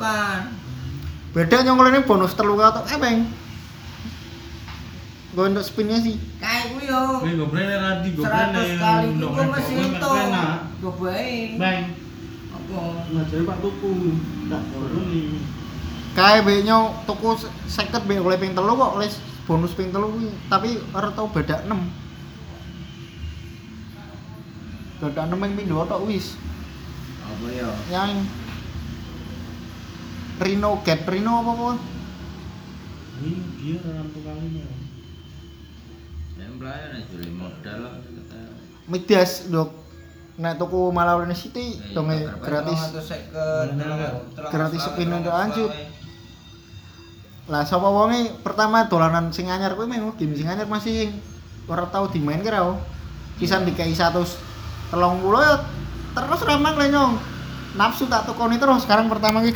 kan Beda nyong ini bonus Eh, telu atau ebeng. Gue untuk spinnya sih. kayak gue yo Kowe goblene ra di goblene. 100 kali itu Ndok gue repot, mesti kowe itu mek enak. gue baik Bang, apa ngajari Pak Tuku. Tak boleh. Kayak be nyong tuku se- seket be oleh ping telu kok oleh bonus ping telu kuwi. Tapi ora tau beda 6. Beda 6 yang pindho tok wis. apa yo Yang Rino get Rino apa apa? Ini dia orang tukang ini. Semblayan aja beli modal lah kata. Midas dok. Nek tuku malah oleh City Iya, dong iya, gratis. terus seket Bener, telung- Kak. telung Gratis selawe, sepin telung untuk anjut. selawe. Lah sapa wonge pertama dolanan sing anyar kuwi memang game sing anyar masih ora tau dimain kira oh. Kisan dikai 130 ya terus ramang lenyong. Nafsu tak tukoni terus sekarang pertama ki